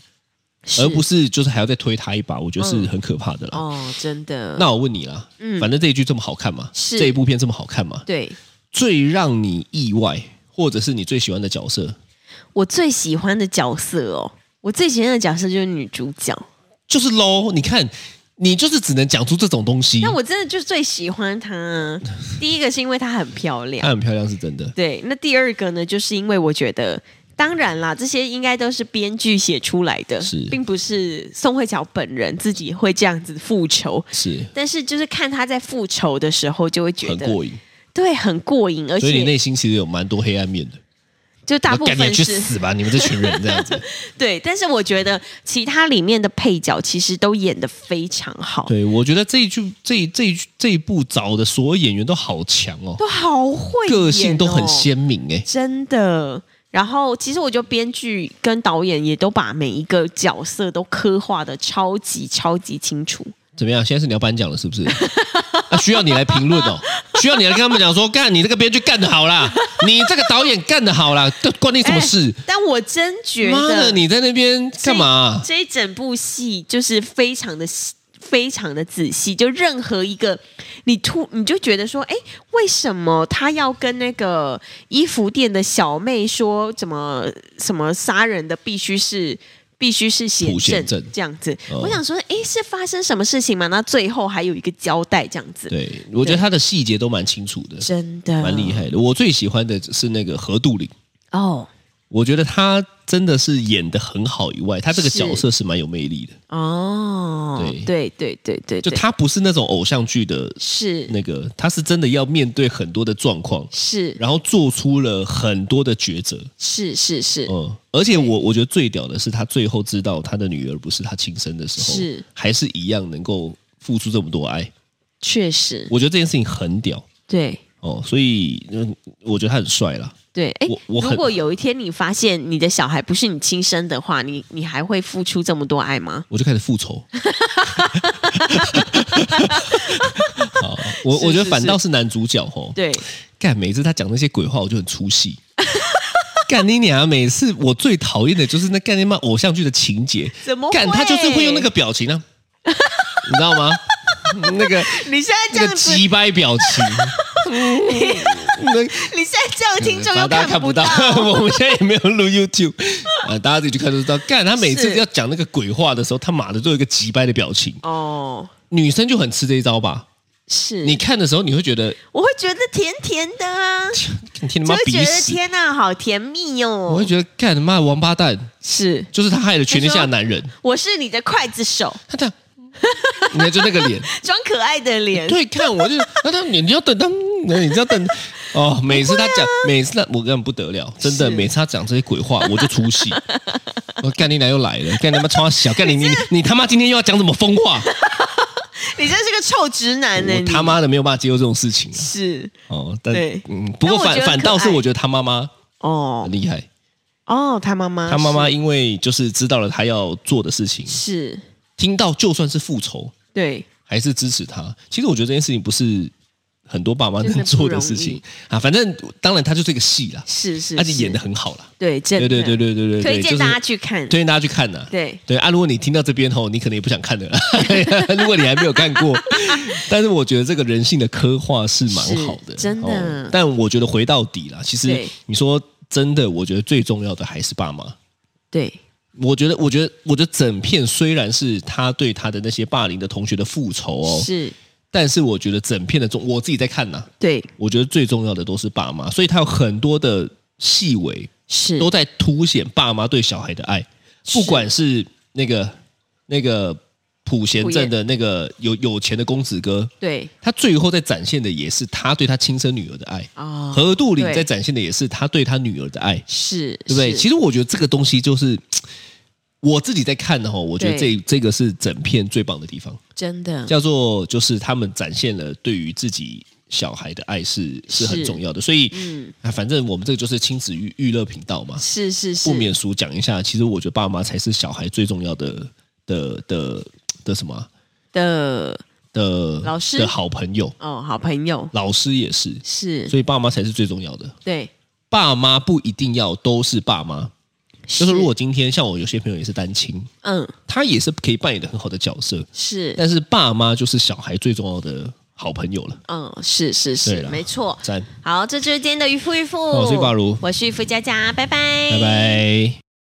Speaker 3: 而不
Speaker 2: 是嗯
Speaker 3: 是就是还要再推他一把，我觉得是很可怕的啦。
Speaker 2: 哦，真的
Speaker 3: 那我问你啦，反正这一剧这么好看嘛，
Speaker 2: 是
Speaker 3: 这一部片这么好看嘛，
Speaker 2: 对
Speaker 3: 最让你意外，或者是你最喜欢的角色，
Speaker 2: 我最喜欢的角色哦，我最喜欢的角色就是女主角。
Speaker 3: 就是 low。你看，你就是只能讲出这种东西。
Speaker 2: 那我真的就最喜欢她 啊、第一个是因为她很漂亮
Speaker 3: 她，很漂亮是真的，
Speaker 2: 对。那第二个呢，就是因为我觉得，当然啦，这些应该都是编剧写出来的，
Speaker 3: 是
Speaker 2: 并不是宋慧乔本人自己会这样子复仇。
Speaker 3: 是
Speaker 2: 但是就是看她在复仇的时候，就会觉
Speaker 3: 很
Speaker 2: 得
Speaker 3: 过瘾。
Speaker 2: 对很过瘾，而
Speaker 3: 所以你
Speaker 2: 且
Speaker 3: 内心其实有蛮多黑暗面的。
Speaker 2: 就大部
Speaker 3: 我说
Speaker 2: 分
Speaker 3: 干你去
Speaker 2: 是
Speaker 3: 死吧，你们这群人这 样子。
Speaker 2: 对。但是我觉得其他里面的配角其实都演得非常好，
Speaker 3: 对，我觉得这一剧、这一这一这一部找的所有演员都好强哦，
Speaker 2: 都好会、哦
Speaker 3: 个性都很。鲜明哎、
Speaker 2: 真的。然后，其实我觉得编剧跟导演也都把每一个角色都刻画的超级超级清楚。
Speaker 3: 怎么样？现在是你要颁奖了，是不 是？啊，需要你来评论哦，需要你来跟他们讲说，干你这个编剧干得好啦，你这个导演干得好啦，这关你什么事？
Speaker 2: 哎但我真觉
Speaker 3: 妈的，
Speaker 2: 得
Speaker 3: 你在那边
Speaker 2: 这
Speaker 3: 干嘛啊、
Speaker 2: 这一整部戏就是非常的细非常的仔细，就任何一个你突你就觉得说，哎，为什么他要跟那个衣服店的小妹说怎么什么杀人的必须是？必须是显
Speaker 3: 普贤
Speaker 2: 证
Speaker 3: 证
Speaker 2: 这样子，
Speaker 3: 哦
Speaker 2: 我想说，哎，是发生什么事情吗？那最后还有一个交代这样子，
Speaker 3: 对，我觉得他的细节都蛮清楚的，
Speaker 2: 真的
Speaker 3: 蛮厉害的。我最喜欢的是那个何杜陵，
Speaker 2: 哦
Speaker 3: 我觉得他真的是演的很好以外，他这个
Speaker 2: 是
Speaker 3: 角色是蛮有魅力的。
Speaker 2: 哦，对对对对，
Speaker 3: 就
Speaker 2: 对
Speaker 3: 他不是那种偶像剧的
Speaker 2: 是
Speaker 3: 那个，他是真的要面对很多的状况，
Speaker 2: 是
Speaker 3: 然后做出了很多的抉择。
Speaker 2: 是是是
Speaker 3: 嗯，而且我我觉得最屌的是，他最后知道他的女儿不是他亲生的时候，
Speaker 2: 是
Speaker 3: 还是一样能够付出这么多爱。
Speaker 2: 确实
Speaker 3: 我觉得这件事情很屌
Speaker 2: 对。
Speaker 3: 哦，所以嗯，我觉得他很帅啦。
Speaker 2: 对，哎
Speaker 3: 我，我很
Speaker 2: 如果有一天你发现你的小孩不是你亲生的话，你你还会付出这么多爱吗？
Speaker 3: 我就开始复仇。 好，我我觉得反倒是男主角哦，
Speaker 2: 对，
Speaker 3: 干每次他讲那些鬼话，我就很出戏。 干你娘！每次我最讨厌的就是那干你妈偶像剧的情节，
Speaker 2: 怎么会
Speaker 3: 干他就是会用那个表情啊，你知道吗？ 那 个
Speaker 2: 你现在
Speaker 3: 那个鸡掰表情，嗯
Speaker 2: 你现在这样 听
Speaker 3: 那大家看不到， 我们现在也没有录 YouTube，啊，大家自己去看就知道。干他每次
Speaker 2: 是
Speaker 3: 要讲那个鬼话的时候，他妈的都有一个鸡掰的表情。
Speaker 2: 哦，
Speaker 3: 女生就很吃这一招吧？
Speaker 2: 是
Speaker 3: 你看的时候，你会 觉得
Speaker 2: 我会觉得甜甜的啊，
Speaker 3: 你天
Speaker 2: 就
Speaker 3: 他妈
Speaker 2: 会觉得
Speaker 3: 逼死，
Speaker 2: 天呐，好甜蜜哦。
Speaker 3: 我会觉得干他妈王八蛋，
Speaker 2: 是
Speaker 3: 就是他害了全天下的男人。
Speaker 2: 我是你的刽子手，
Speaker 3: 他这样，你看就那个脸，
Speaker 2: 装可爱的脸，
Speaker 3: 对，看我就，那他你要等他，你就要等哦。每次他讲，每次他我跟你讲不得了，真的，
Speaker 2: 啊是
Speaker 3: 每次他讲这些鬼话，我就出戏。 我干你娘又来了，干你妈超小，干 你你你他妈今天又要讲什么疯话？
Speaker 2: 你真是个臭直男呢、
Speaker 3: 我
Speaker 2: 你
Speaker 3: 他妈的没有办法接受这种事情啊！
Speaker 2: 是
Speaker 3: 哦，但
Speaker 2: 对
Speaker 3: 嗯，不
Speaker 2: 但我
Speaker 3: 过
Speaker 2: 觉
Speaker 3: 反
Speaker 2: 得
Speaker 3: 反
Speaker 2: 可
Speaker 3: 倒是
Speaker 2: 爱
Speaker 3: 我觉得他妈妈
Speaker 2: 哦
Speaker 3: 很厉害。
Speaker 2: 哦，他妈妈，
Speaker 3: 他妈妈因为就是知道了他要做的事情，
Speaker 2: 是是
Speaker 3: 听到就算是复仇，
Speaker 2: 对
Speaker 3: 还是支持他。其实我觉得这件事情不是很多爸妈能做的事情
Speaker 2: 真的
Speaker 3: 啊。反正当然，他就是一个戏啦，
Speaker 2: 是是，
Speaker 3: 而且演的
Speaker 2: 的
Speaker 3: 很好啦。
Speaker 2: 对，真
Speaker 3: 对
Speaker 2: 的
Speaker 3: 对对对对对，
Speaker 2: 推荐大家去
Speaker 3: 去
Speaker 2: 看，
Speaker 3: 推荐大家去看呐、
Speaker 2: 对
Speaker 3: 对啊，如果你听到这边吼，你可能也不想看的啦。 如果你还没有看过，但是我觉得这个人性的刻画是蛮好的，
Speaker 2: 是真的
Speaker 3: 但我觉得回到底啦，其实
Speaker 2: 对
Speaker 3: 你说真的，我觉得最重要的还是爸妈。
Speaker 2: 对
Speaker 3: 我觉得，我觉得，我觉得整片虽然是他对他的那些霸凌的同学的复仇哦，
Speaker 2: 是，
Speaker 3: 但是我觉得整片的重，我自己在看呐、
Speaker 2: 对
Speaker 3: 我觉得最重要的都是爸妈，所以他有很多的细微
Speaker 2: 是
Speaker 3: 都在凸显爸妈对小孩的爱，不管是那个那个普贤镇的那个有有钱的公子哥，
Speaker 2: 对
Speaker 3: 他最后在展现的也是他对他亲生女儿的爱，
Speaker 2: 啊，
Speaker 3: 何杜岭
Speaker 2: 对
Speaker 3: 在展现的也是他对他女儿的爱。
Speaker 2: 是，
Speaker 3: 对不对？
Speaker 2: 是
Speaker 3: 其实我觉得这个东西就是我自己在看的哈，我觉得这
Speaker 2: 对
Speaker 3: 这个是整片最棒的地方，
Speaker 2: 真的
Speaker 3: 叫做就是他们展现了对于自己小孩的爱是是很
Speaker 2: 是
Speaker 3: 重要的，所以、啊，反正我们这个就是亲子娱娱乐频道嘛，
Speaker 2: 嗯是是是
Speaker 3: 不免俗讲一下，其实我觉得爸妈才是小孩最重要的的的的什么啊
Speaker 2: 的
Speaker 3: 的
Speaker 2: 老师
Speaker 3: 的好朋友，
Speaker 2: 哦，好朋友
Speaker 3: 老师也是，
Speaker 2: 是，
Speaker 3: 所以爸妈才是最重要的。
Speaker 2: 对，
Speaker 3: 爸妈不一定要都是爸妈，就是如果今天像我有些朋友也是单亲，
Speaker 2: 嗯
Speaker 3: 他也是可以扮演的很好的角色，
Speaker 2: 是
Speaker 3: 但是爸妈就是小孩最重要的好朋友了。
Speaker 2: 嗯是是
Speaker 3: 对
Speaker 2: 是，
Speaker 3: 啦哦
Speaker 2: 没错。
Speaker 3: 赞，
Speaker 2: 好，这就是今天的渔夫渔夫，
Speaker 3: 我是玉霸如
Speaker 2: 我是渔夫佳佳，拜拜，
Speaker 3: 拜。拜。